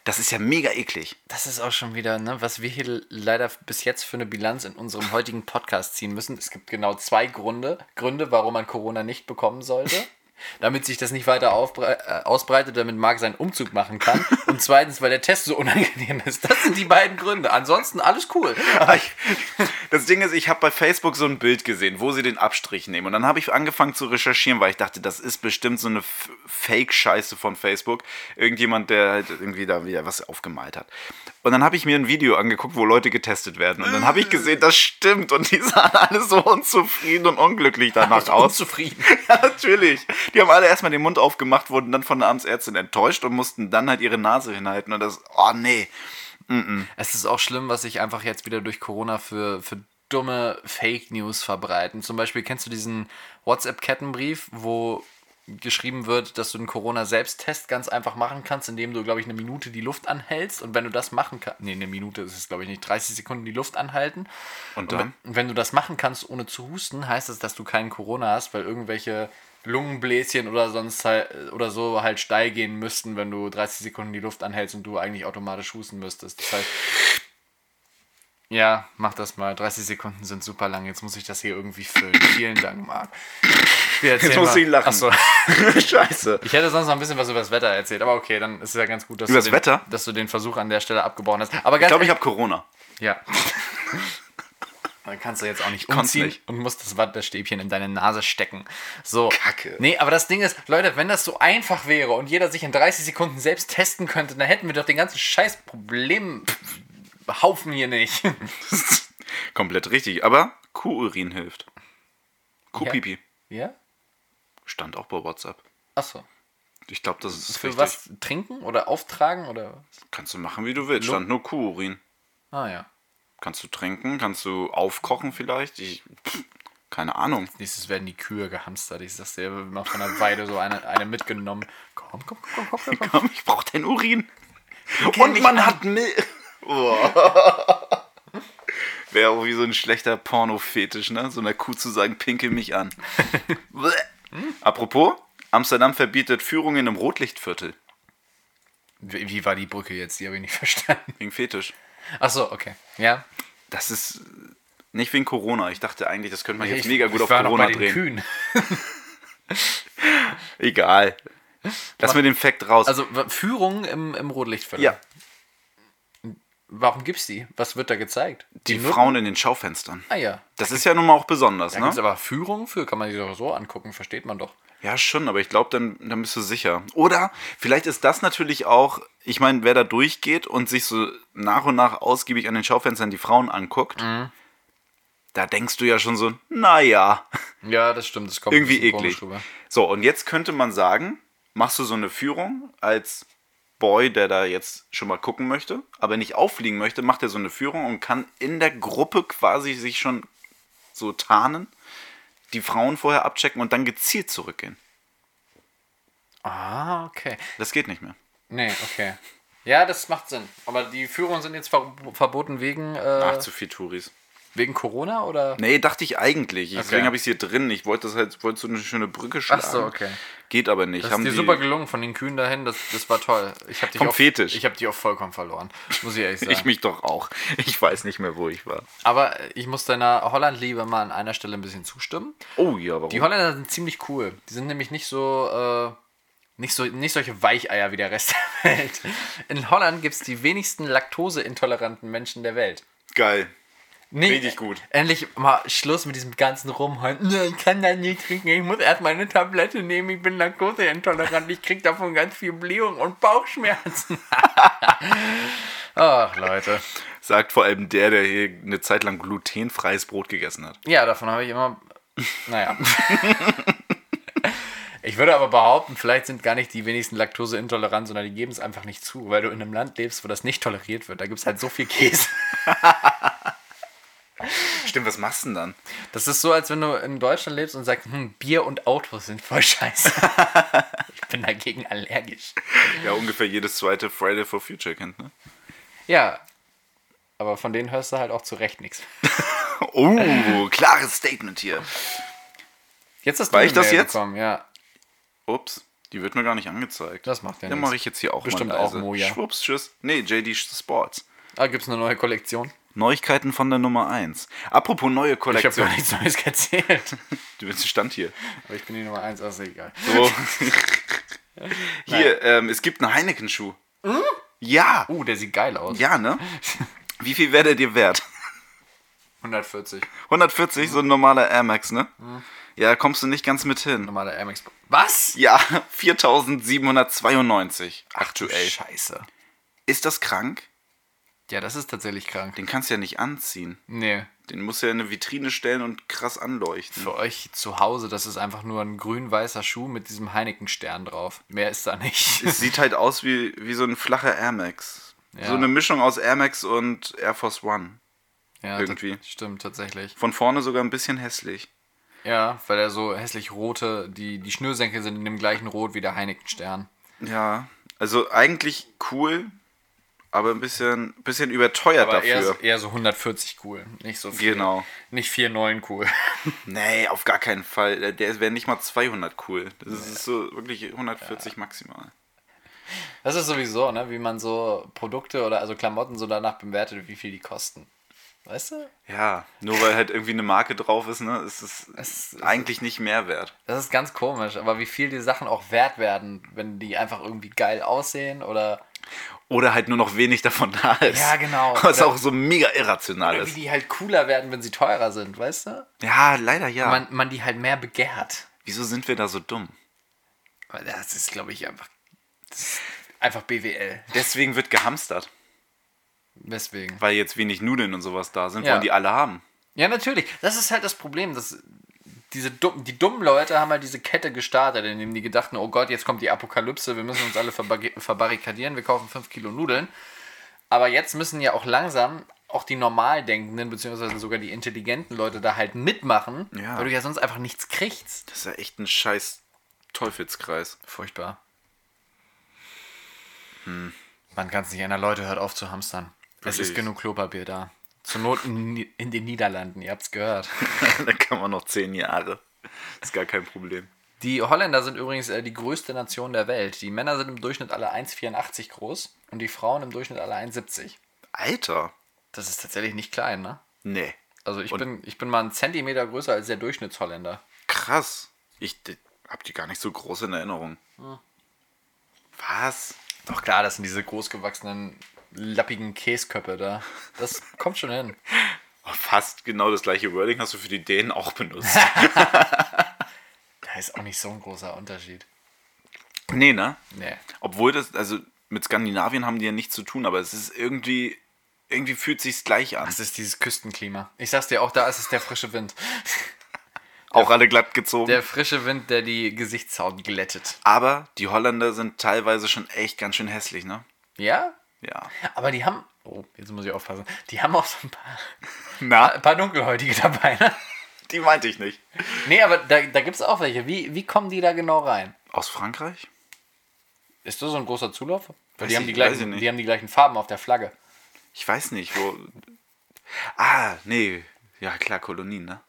[SPEAKER 3] Das ist ja mega eklig.
[SPEAKER 2] Das ist auch schon wieder, ne, was wir hier leider bis jetzt für eine Bilanz in unserem heutigen Podcast ziehen müssen. Es gibt genau zwei Gründe, Gründe, warum man Corona nicht bekommen sollte. Damit sich das nicht weiter aufbrei- äh, ausbreitet, damit Marc seinen Umzug machen kann. Und zweitens, weil der Test so unangenehm ist. Das sind die beiden Gründe. Ansonsten alles cool.
[SPEAKER 3] Aber ich, das Ding ist, ich habe bei Facebook so ein Bild gesehen, wo sie den Abstrich nehmen. Und dann habe ich angefangen zu recherchieren, weil ich dachte, das ist bestimmt so eine F- Fake-Scheiße von Facebook. Irgendjemand, der halt irgendwie da wieder was aufgemalt hat. Und dann habe ich mir ein Video angeguckt, wo Leute getestet werden. Und dann habe ich gesehen, das stimmt. Und die sahen alle so unzufrieden und unglücklich danach aus. <laughs>
[SPEAKER 2] Unzufrieden.
[SPEAKER 3] Ja, natürlich. Die haben alle erstmal den Mund aufgemacht, wurden dann von der Amtsärztin enttäuscht und mussten dann halt ihre Nase hinhalten. Und das, oh nee.
[SPEAKER 2] Es ist auch schlimm, was sich einfach jetzt wieder durch Corona für, für dumme Fake News verbreiten. Zum Beispiel kennst du diesen WhatsApp-Kettenbrief, wo geschrieben wird, dass du einen Corona-Selbsttest ganz einfach machen kannst, indem du, glaube ich, eine Minute die Luft anhältst. Und wenn du das machen kannst, nee, eine Minute ist es, glaube ich, nicht, 30 Sekunden die Luft anhalten.
[SPEAKER 3] Und dann?
[SPEAKER 2] Und wenn du das machen kannst, ohne zu husten, heißt das, dass du keinen Corona hast, weil irgendwelche Lungenbläschen oder sonst halt, oder so halt steil gehen müssten, wenn du 30 Sekunden die Luft anhältst und du eigentlich automatisch husten müsstest. Das heißt, ja, mach das mal. 30 Sekunden sind super lang. Jetzt muss ich das hier irgendwie
[SPEAKER 3] <coughs>
[SPEAKER 2] füllen. Vielen Dank, Marc. Wir erzählen
[SPEAKER 3] muss
[SPEAKER 2] mal-
[SPEAKER 3] ich lachen.
[SPEAKER 2] Ach so.
[SPEAKER 3] <laughs> Scheiße.
[SPEAKER 2] Ich hätte sonst noch ein bisschen was über das Wetter erzählt, aber okay, dann ist es ja ganz gut, dass, du,
[SPEAKER 3] Über das
[SPEAKER 2] den,
[SPEAKER 3] Wetter?
[SPEAKER 2] dass du den Versuch an der Stelle abgebrochen hast. Aber ganz
[SPEAKER 3] Ich glaube, ich habe Corona.
[SPEAKER 2] ja. <laughs> Dann kannst du jetzt auch nicht umziehen
[SPEAKER 3] nicht.
[SPEAKER 2] und musst das Wattestäbchen in deine Nase stecken. So.
[SPEAKER 3] Kacke.
[SPEAKER 2] Nee, aber das Ding ist, Leute, wenn das so einfach wäre und jeder sich in 30 Sekunden selbst testen könnte, dann hätten wir doch den ganzen scheiß Problemhaufen hier
[SPEAKER 3] <laughs>
[SPEAKER 2] nicht.
[SPEAKER 3] Komplett richtig. Aber Kuhurin hilft. Kuhpipi.
[SPEAKER 2] Ja?
[SPEAKER 3] Stand auch bei WhatsApp.
[SPEAKER 2] Achso.
[SPEAKER 3] Ich glaube, das ist
[SPEAKER 2] Für
[SPEAKER 3] richtig.
[SPEAKER 2] was trinken oder auftragen oder was?
[SPEAKER 3] Kannst du machen, wie du willst. Stand nur Kuhurin.
[SPEAKER 2] Ah ja.
[SPEAKER 3] Kannst du trinken, kannst du aufkochen vielleicht. Ich, pff, keine Ahnung.
[SPEAKER 2] Nächstes werden die Kühe gehamstert. Ich sag's dir, wird noch von der Weide so eine, eine mitgenommen. Komm, komm, komm, komm,
[SPEAKER 3] <laughs>
[SPEAKER 2] komm, komm.
[SPEAKER 3] Komm, ich brauche dein Urin. Und man hat Milch. <laughs> Wäre auch wie so ein schlechter Porno-Fetisch, ne? So einer Kuh zu sagen, pinkel
[SPEAKER 2] <laughs>
[SPEAKER 3] mich an. Bäh. Apropos, Amsterdam verbietet Führungen im Rotlichtviertel.
[SPEAKER 2] Wie, wie war die Brücke jetzt? Die habe ich nicht verstanden.
[SPEAKER 3] Wegen Fetisch.
[SPEAKER 2] Achso, okay. Ja.
[SPEAKER 3] Das ist nicht wegen Corona. Ich dachte eigentlich, das könnte man jetzt
[SPEAKER 2] Ich-
[SPEAKER 3] mega gut
[SPEAKER 2] ich
[SPEAKER 3] auf
[SPEAKER 2] war noch
[SPEAKER 3] Corona
[SPEAKER 2] bei den
[SPEAKER 3] drehen.
[SPEAKER 2] Kühen.
[SPEAKER 3] Egal. Lass mir den Fact raus.
[SPEAKER 2] Also w- Führung im, im Rotlichtviertel.
[SPEAKER 3] ja,
[SPEAKER 2] Warum gibt's die? Was wird da gezeigt?
[SPEAKER 3] die
[SPEAKER 2] Nutten?
[SPEAKER 3] Frauen in den Schaufenstern.
[SPEAKER 2] Ah ja.
[SPEAKER 3] Das ist ja nun mal auch besonders,
[SPEAKER 2] Da
[SPEAKER 3] ne?
[SPEAKER 2] gibt's aber Führung für, kann man die doch so angucken, versteht man doch.
[SPEAKER 3] Ja, schon, aber ich glaube, dann, dann bist du sicher. Oder vielleicht ist das natürlich auch, ich meine, wer da durchgeht und sich so nach und nach ausgiebig an den Schaufenstern die Frauen anguckt,
[SPEAKER 2] Mhm.
[SPEAKER 3] da denkst du ja schon so, naja,
[SPEAKER 2] Ja, das stimmt, das kommt ein
[SPEAKER 3] irgendwie
[SPEAKER 2] bisschen komisch
[SPEAKER 3] eklig. So, und jetzt könnte man sagen, machst du so eine Führung als Boy, der da jetzt schon mal gucken möchte, aber nicht auffliegen möchte, macht er so eine Führung und kann in der Gruppe quasi sich schon so tarnen, die Frauen vorher abchecken und dann gezielt zurückgehen.
[SPEAKER 2] Ah, okay.
[SPEAKER 3] Das geht nicht mehr.
[SPEAKER 2] Nee, okay. Ja, das macht Sinn. Aber die Führungen sind jetzt ver verboten wegen, äh,
[SPEAKER 3] Ach, zu viel Touris.
[SPEAKER 2] wegen Corona oder?
[SPEAKER 3] Nee, dachte ich eigentlich. Deswegen
[SPEAKER 2] Okay.
[SPEAKER 3] habe ich es hier drin. Ich wollte das halt, wollte so eine schöne Brücke schlagen.
[SPEAKER 2] okay.
[SPEAKER 3] Geht aber nicht.
[SPEAKER 2] Das
[SPEAKER 3] Haben
[SPEAKER 2] ist dir
[SPEAKER 3] die-
[SPEAKER 2] super gelungen von den Kühen dahin, das, das war toll. Ich hab dich
[SPEAKER 3] Vom
[SPEAKER 2] auch,
[SPEAKER 3] Fetisch.
[SPEAKER 2] Ich habe dich auch vollkommen verloren, muss ich ehrlich sagen.
[SPEAKER 3] <laughs> <laughs> ich mich doch auch. Ich weiß nicht mehr, wo ich war.
[SPEAKER 2] Aber äh, ich muss deiner Holland-Liebe mal an einer Stelle ein bisschen zustimmen.
[SPEAKER 3] Oh ja, warum?
[SPEAKER 2] Die Holländer sind ziemlich cool. Die sind nämlich nicht so, äh, nicht so, nicht solche Weicheier wie der Rest <laughs> der Welt. In Holland gibt es die wenigsten laktoseintoleranten Menschen der Welt.
[SPEAKER 3] Geil.
[SPEAKER 2] Nee,
[SPEAKER 3] Richtig gut.
[SPEAKER 2] Endlich mal Schluss mit diesem ganzen Rumheulen. "Nee, Ich kann das nicht trinken, ich muss erstmal eine Tablette nehmen, ich bin laktoseintolerant, ich krieg davon ganz viel Blähung und Bauchschmerzen. <laughs> Ach, Leute.
[SPEAKER 3] Sagt vor allem der, der hier eine Zeit lang glutenfreies Brot gegessen hat.
[SPEAKER 2] Ja, davon habe ich immer. Naja. Ich würde aber behaupten, vielleicht sind gar nicht die wenigsten Laktoseintolerant, sondern die geben es einfach nicht zu, weil du in einem Land lebst, wo das nicht toleriert wird. Da gibt es halt so viel Käse.
[SPEAKER 3] Stimmt, was machst du denn dann?
[SPEAKER 2] Das ist so, als wenn du in Deutschland lebst und sagst, hm, Bier und Autos sind voll scheiße. bin dagegen allergisch.
[SPEAKER 3] Ja, ungefähr jedes zweite Friday for Future kennt, ne?
[SPEAKER 2] Ja, aber von denen hörst du halt auch zu Recht nichts. <laughs>
[SPEAKER 3] Oh, klares Statement hier.
[SPEAKER 2] Jetzt hast
[SPEAKER 3] War
[SPEAKER 2] eine
[SPEAKER 3] ich das
[SPEAKER 2] Mail
[SPEAKER 3] jetzt?
[SPEAKER 2] Bekommen. Ja,
[SPEAKER 3] Ups, die wird mir gar nicht angezeigt.
[SPEAKER 2] das macht ja
[SPEAKER 3] Dann
[SPEAKER 2] nichts.
[SPEAKER 3] mache ich jetzt hier auch
[SPEAKER 2] Bestimmt
[SPEAKER 3] mal leise.
[SPEAKER 2] auch Moja.
[SPEAKER 3] Schwupps, tschüss. Nee, JD Sports.
[SPEAKER 2] Ah, gibt's eine neue Kollektion?
[SPEAKER 3] Neuigkeiten von der Nummer 1. Apropos neue
[SPEAKER 2] Ich habe
[SPEAKER 3] Kollektion.
[SPEAKER 2] gar nichts Neues erzählt.
[SPEAKER 3] Du bist Stand hier.
[SPEAKER 2] Aber ich bin die Nummer 1, also egal. <laughs>
[SPEAKER 3] So. hier, ähm, es gibt einen Heineken-Schuh.
[SPEAKER 2] Hm?
[SPEAKER 3] Ja,
[SPEAKER 2] Uh, der sieht geil aus.
[SPEAKER 3] ja,
[SPEAKER 2] <laughs>
[SPEAKER 3] ne? Wie viel wäre der dir wert?
[SPEAKER 2] 140.
[SPEAKER 3] 140, so ein normaler Air Max, ne?
[SPEAKER 2] Mhm.
[SPEAKER 3] Ja, kommst du nicht ganz mit hin.
[SPEAKER 2] Normaler Air Max. Was?
[SPEAKER 3] Ja, <laughs> 4792 aktuell.
[SPEAKER 2] Scheiße.
[SPEAKER 3] Ist das krank?
[SPEAKER 2] Ja, das ist tatsächlich krank.
[SPEAKER 3] Den kannst du ja nicht anziehen.
[SPEAKER 2] Nee,
[SPEAKER 3] Den musst du ja in eine Vitrine stellen und krass anleuchten.
[SPEAKER 2] für euch zu Hause, das ist einfach nur ein grün-weißer Schuh mit diesem Heineken-Stern drauf. Mehr ist da
[SPEAKER 3] <laughs>
[SPEAKER 2] nicht.
[SPEAKER 3] Es
[SPEAKER 2] <laughs>
[SPEAKER 3] sieht halt aus wie, wie so ein flacher Air Max.
[SPEAKER 2] Ja.
[SPEAKER 3] So eine Mischung aus Air Max und Air Force One.
[SPEAKER 2] ja,
[SPEAKER 3] irgendwie.
[SPEAKER 2] tat- Stimmt, tatsächlich.
[SPEAKER 3] Von vorne sogar ein bisschen hässlich.
[SPEAKER 2] Ja, weil er so hässlich rote, die, die Schnürsenkel sind in dem gleichen Rot wie der Heineken-Stern.
[SPEAKER 3] Ja, also eigentlich cool, aber ein bisschen, bisschen überteuert
[SPEAKER 2] Aber eher, so-
[SPEAKER 3] dafür.
[SPEAKER 2] eher so 140 cool. Nicht so viel.
[SPEAKER 3] Genau.
[SPEAKER 2] Nicht 4,9 cool. <laughs>
[SPEAKER 3] Nee, auf gar keinen Fall. Der- Der wäre nicht mal 200 cool. Das ist so wirklich 140 maximal.
[SPEAKER 2] Das ist sowieso, ne, wie man so Produkte oder also Klamotten so danach bewertet, wie viel die kosten. Weißt du?
[SPEAKER 3] Ja, nur weil halt irgendwie eine Marke drauf ist, ne, ist es
[SPEAKER 2] Es-
[SPEAKER 3] eigentlich nicht mehr wert.
[SPEAKER 2] Das ist ganz komisch, aber wie viel die Sachen auch wert werden, wenn die einfach irgendwie geil aussehen oder
[SPEAKER 3] Oder halt nur noch wenig davon da ist.
[SPEAKER 2] Ja, genau.
[SPEAKER 3] Was
[SPEAKER 2] Oder-
[SPEAKER 3] auch so mega irrational
[SPEAKER 2] wie
[SPEAKER 3] ist.
[SPEAKER 2] die halt cooler werden, wenn sie teurer sind, weißt du?
[SPEAKER 3] Ja, leider ja.
[SPEAKER 2] Man, man die halt mehr begehrt.
[SPEAKER 3] Wieso sind wir da so dumm?
[SPEAKER 2] Aber Das ist, glaube ich, einfach. Das ist einfach BWL.
[SPEAKER 3] Deswegen wird gehamstert,
[SPEAKER 2] Deswegen.
[SPEAKER 3] weil jetzt wenig Nudeln und sowas da sind,
[SPEAKER 2] Ja.
[SPEAKER 3] wollen die alle haben.
[SPEAKER 2] Ja, natürlich. Das ist halt das Problem. Dass diese dummen, die dummen Leute haben halt diese Kette gestartet, indem die gedachten, oh Gott, jetzt kommt die Apokalypse, wir müssen uns alle verbarri- verbarrikadieren, wir kaufen 5 Kilo Nudeln. Aber jetzt müssen ja auch langsam auch die Normaldenkenden, beziehungsweise sogar die intelligenten Leute da halt mitmachen,
[SPEAKER 3] Ja.
[SPEAKER 2] weil du ja sonst einfach nichts kriegst.
[SPEAKER 3] Das ist ja echt ein scheiß Teufelskreis. <laughs>
[SPEAKER 2] Furchtbar. Hm. Man kann es nicht ändern. Leute, hört auf zu hamstern. Es
[SPEAKER 3] Wirklich.
[SPEAKER 2] ist genug Klopapier da. Zur Not in, in den Niederlanden, ihr habt's gehört.
[SPEAKER 3] da kann man noch zehn Jahre. Ist gar kein Problem.
[SPEAKER 2] Die Holländer sind übrigens äh, die größte Nation der Welt. Die Männer sind im Durchschnitt alle 1,84 groß und die Frauen im Durchschnitt alle 1,70.
[SPEAKER 3] Alter.
[SPEAKER 2] Das ist tatsächlich nicht klein, ne?
[SPEAKER 3] Nee.
[SPEAKER 2] Also ich
[SPEAKER 3] Und-
[SPEAKER 2] bin, ich bin mal einen Zentimeter größer als der Durchschnittsholländer.
[SPEAKER 3] Krass. Ich d- hab die gar nicht so groß in Erinnerung. Was?
[SPEAKER 2] Doch klar, das sind diese großgewachsenen, lappigen Käsköpfe da. <laughs> Das kommt schon hin.
[SPEAKER 3] Oh, Fast genau das gleiche Wording hast du für die Dänen auch benutzt.
[SPEAKER 2] Da ist auch nicht so ein großer Unterschied.
[SPEAKER 3] nee, ne?
[SPEAKER 2] Nee.
[SPEAKER 3] Obwohl das, also mit Skandinavien haben die ja nichts zu tun, aber es ist irgendwie, irgendwie fühlt sich's gleich an.
[SPEAKER 2] Das ist dieses Küstenklima. Ich sag's dir, auch da ist es der frische Wind.
[SPEAKER 3] Auch alle glatt gezogen.
[SPEAKER 2] Der frische Wind, der die Gesichtshaut glättet.
[SPEAKER 3] aber die Holländer sind teilweise schon echt ganz schön hässlich, ne?
[SPEAKER 2] Ja?
[SPEAKER 3] Ja.
[SPEAKER 2] Aber die haben. Oh, jetzt muss ich aufpassen. Die haben auch so ein paar.
[SPEAKER 3] Na,
[SPEAKER 2] Ein paar Dunkelhäutige dabei, ne?
[SPEAKER 3] die meinte ich nicht.
[SPEAKER 2] Nee, aber da, da gibt es auch welche. Wie, wie kommen die da genau rein?
[SPEAKER 3] Aus Frankreich?
[SPEAKER 2] Ist das so ein großer Zulauf? Weil
[SPEAKER 3] Weiß
[SPEAKER 2] die, haben
[SPEAKER 3] ich-
[SPEAKER 2] die,
[SPEAKER 3] weiß ich
[SPEAKER 2] gleichen,
[SPEAKER 3] nicht.
[SPEAKER 2] die haben die gleichen Farben auf der Flagge.
[SPEAKER 3] Ich weiß nicht, wo. Ah, nee. Ja, klar, Kolonien, ne?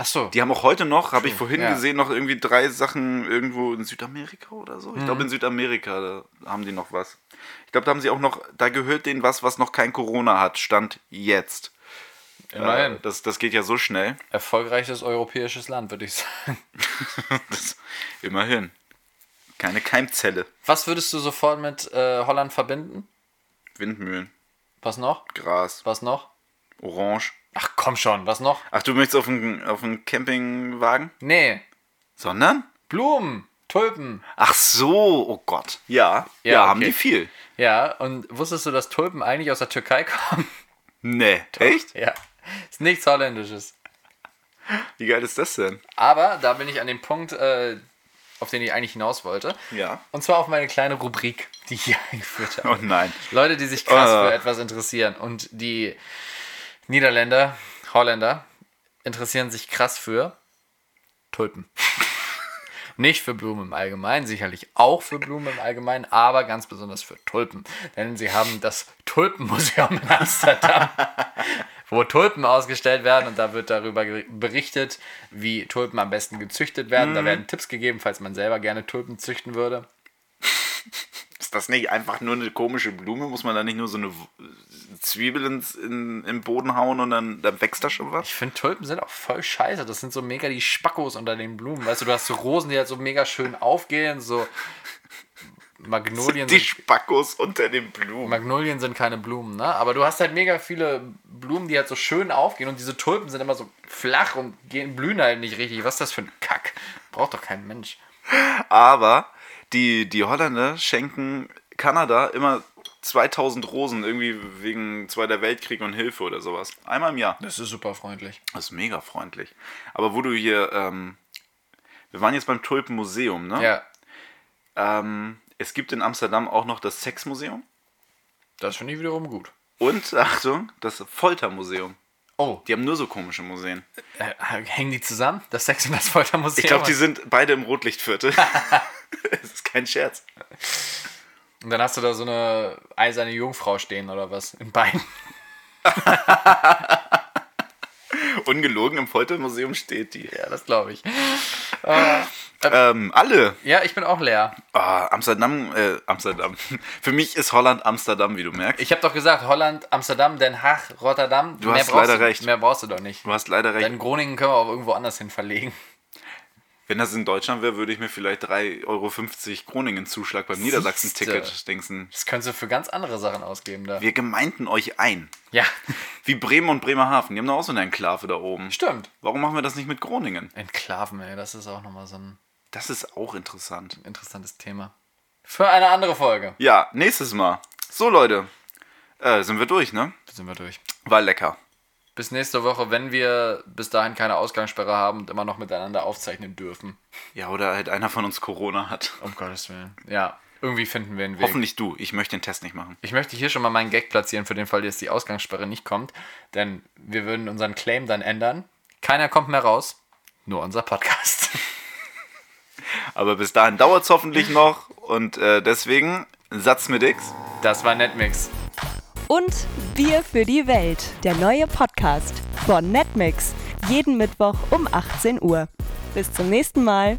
[SPEAKER 2] Ach so.
[SPEAKER 3] Die haben auch heute noch, habe ich vorhin
[SPEAKER 2] ja.
[SPEAKER 3] gesehen, noch irgendwie drei Sachen irgendwo in Südamerika oder so. Ich
[SPEAKER 2] Mhm.
[SPEAKER 3] glaube, in Südamerika da haben die noch was. Ich glaube, da haben sie auch noch, da gehört denen was, was noch kein Corona hat, Stand jetzt. Äh,
[SPEAKER 2] Immerhin.
[SPEAKER 3] das, das geht ja so schnell. <laughs>
[SPEAKER 2] Erfolgreiches europäisches Land, würde ich <laughs> sagen.
[SPEAKER 3] Das, immerhin. Keine Keimzelle.
[SPEAKER 2] Was würdest du sofort mit äh, Holland verbinden?
[SPEAKER 3] Windmühlen,
[SPEAKER 2] Was noch?
[SPEAKER 3] Gras,
[SPEAKER 2] Was noch?
[SPEAKER 3] Orange.
[SPEAKER 2] Ach komm schon, was noch?
[SPEAKER 3] Ach, du möchtest auf einen, auf einen Campingwagen?
[SPEAKER 2] Nee.
[SPEAKER 3] Sondern?
[SPEAKER 2] Blumen, Tulpen.
[SPEAKER 3] Ach so, oh Gott. Ja, ja,
[SPEAKER 2] Ja,
[SPEAKER 3] haben
[SPEAKER 2] okay.
[SPEAKER 3] die viel.
[SPEAKER 2] Ja, und wusstest du, dass Tulpen eigentlich aus der Türkei <laughs> kommen?
[SPEAKER 3] Nee, echt?
[SPEAKER 2] ja. Ist nichts Holländisches.
[SPEAKER 3] Wie geil ist das denn?
[SPEAKER 2] Aber da bin ich an dem Punkt, äh, auf den ich eigentlich hinaus wollte.
[SPEAKER 3] Ja.
[SPEAKER 2] Und zwar auf meine kleine Rubrik, die ich hier <laughs> eingeführt habe.
[SPEAKER 3] Oh nein.
[SPEAKER 2] Leute, die sich krass
[SPEAKER 3] Ah.
[SPEAKER 2] für etwas interessieren. Und die Niederländer, Holländer interessieren sich krass für Tulpen. <laughs> Nicht für Blumen im Allgemeinen, sicherlich auch für Blumen im Allgemeinen, aber ganz besonders für Tulpen. Denn sie haben das Tulpenmuseum in Amsterdam, wo Tulpen ausgestellt werden und da wird darüber ge- berichtet, wie Tulpen am besten gezüchtet werden. Da werden Tipps gegeben, falls man selber gerne Tulpen züchten würde.
[SPEAKER 3] Ist das nicht einfach nur eine komische Blume? Muss man da nicht nur so eine W- Zwiebel ins, in, im Boden hauen und dann, dann wächst da schon was?
[SPEAKER 2] Ich finde, Tulpen sind auch voll scheiße. Das sind so mega die Spackos unter den Blumen. Weißt du, du hast so Rosen, die halt so mega schön aufgehen, so Magnolien
[SPEAKER 3] Die
[SPEAKER 2] sind,
[SPEAKER 3] Spackos unter den Blumen.
[SPEAKER 2] Magnolien sind keine Blumen, ne? Aber du hast halt mega viele Blumen, die halt so schön aufgehen und diese Tulpen sind immer so flach und gehen, blühen halt nicht richtig. Was ist das für ein Kack? Braucht doch kein Mensch.
[SPEAKER 3] Aber die, die Holländer schenken Kanada immer 2000 Rosen, irgendwie wegen Zweiter Weltkrieg und Hilfe oder sowas. Einmal im Jahr.
[SPEAKER 2] Das ist super freundlich.
[SPEAKER 3] Das ist mega freundlich. Aber wo du hier, ähm, wir waren jetzt beim Tulpenmuseum, ne?
[SPEAKER 2] Ja,
[SPEAKER 3] Ähm, es gibt in Amsterdam auch noch das Sexmuseum
[SPEAKER 2] das finde ich wiederum gut.
[SPEAKER 3] und, Achtung, das Foltermuseum.
[SPEAKER 2] Oh,
[SPEAKER 3] Die haben nur so komische Museen.
[SPEAKER 2] äh, hängen die zusammen? Das Sex und das Foltermuseum?
[SPEAKER 3] Ich glaube, die sind beide
[SPEAKER 2] <laughs>
[SPEAKER 3] im Rotlichtviertel. <laughs> das ist kein Scherz.
[SPEAKER 2] Und dann hast du da so eine eiserne Jungfrau stehen oder was? In beiden. <laughs>
[SPEAKER 3] Ungelogen, im Foltermuseum steht die.
[SPEAKER 2] Ja, das glaube ich.
[SPEAKER 3] Ähm, alle
[SPEAKER 2] Ja, ich bin auch leer.
[SPEAKER 3] Ah, Amsterdam, äh, Amsterdam. <laughs> Für mich ist Holland Amsterdam, wie du merkst.
[SPEAKER 2] Ich habe doch gesagt, Holland, Amsterdam, Den Haag, Rotterdam.
[SPEAKER 3] Du hast
[SPEAKER 2] brauchst
[SPEAKER 3] leider
[SPEAKER 2] du,
[SPEAKER 3] recht.
[SPEAKER 2] Mehr brauchst du doch nicht.
[SPEAKER 3] Du hast leider recht.
[SPEAKER 2] Denn Groningen können wir auch irgendwo anders hin verlegen. <laughs>
[SPEAKER 3] Wenn das in Deutschland wäre, würde ich mir vielleicht 3,50 Euro Groningen-Zuschlag beim Niedersachsen-Ticket denken.
[SPEAKER 2] Das könntest du für ganz andere Sachen ausgeben da.
[SPEAKER 3] Wir gemeinten euch ein.
[SPEAKER 2] Ja, <laughs>
[SPEAKER 3] Wie Bremen und Bremerhaven. Die haben doch auch so eine Enklave da oben.
[SPEAKER 2] stimmt.
[SPEAKER 3] Warum machen wir das nicht mit Groningen?
[SPEAKER 2] Enklaven, ey, das ist auch nochmal so ein
[SPEAKER 3] Das ist auch interessant.
[SPEAKER 2] interessantes Thema. Für eine andere Folge
[SPEAKER 3] Ja, nächstes Mal. So, Leute. Äh, sind wir durch, ne?
[SPEAKER 2] sind wir durch.
[SPEAKER 3] War lecker.
[SPEAKER 2] Bis nächste Woche, wenn wir bis dahin keine Ausgangssperre haben und immer noch miteinander aufzeichnen dürfen.
[SPEAKER 3] Ja, oder halt einer von uns Corona hat.
[SPEAKER 2] Um Gottes Willen. Ja, irgendwie finden wir einen Weg.
[SPEAKER 3] Hoffentlich du. Ich möchte den Test nicht machen.
[SPEAKER 2] Ich möchte hier schon mal meinen Gag platzieren für den Fall, dass die Ausgangssperre nicht kommt, denn wir würden unseren Claim dann ändern. Keiner kommt mehr raus, nur unser Podcast. <laughs>
[SPEAKER 3] Aber bis dahin dauert es hoffentlich noch. Und äh, deswegen, Satz mit X.
[SPEAKER 2] Das war Netmix.
[SPEAKER 1] Und Bier für die Welt, der neue Podcast von Netmix. Jeden Mittwoch um 18 Uhr. Bis zum nächsten Mal.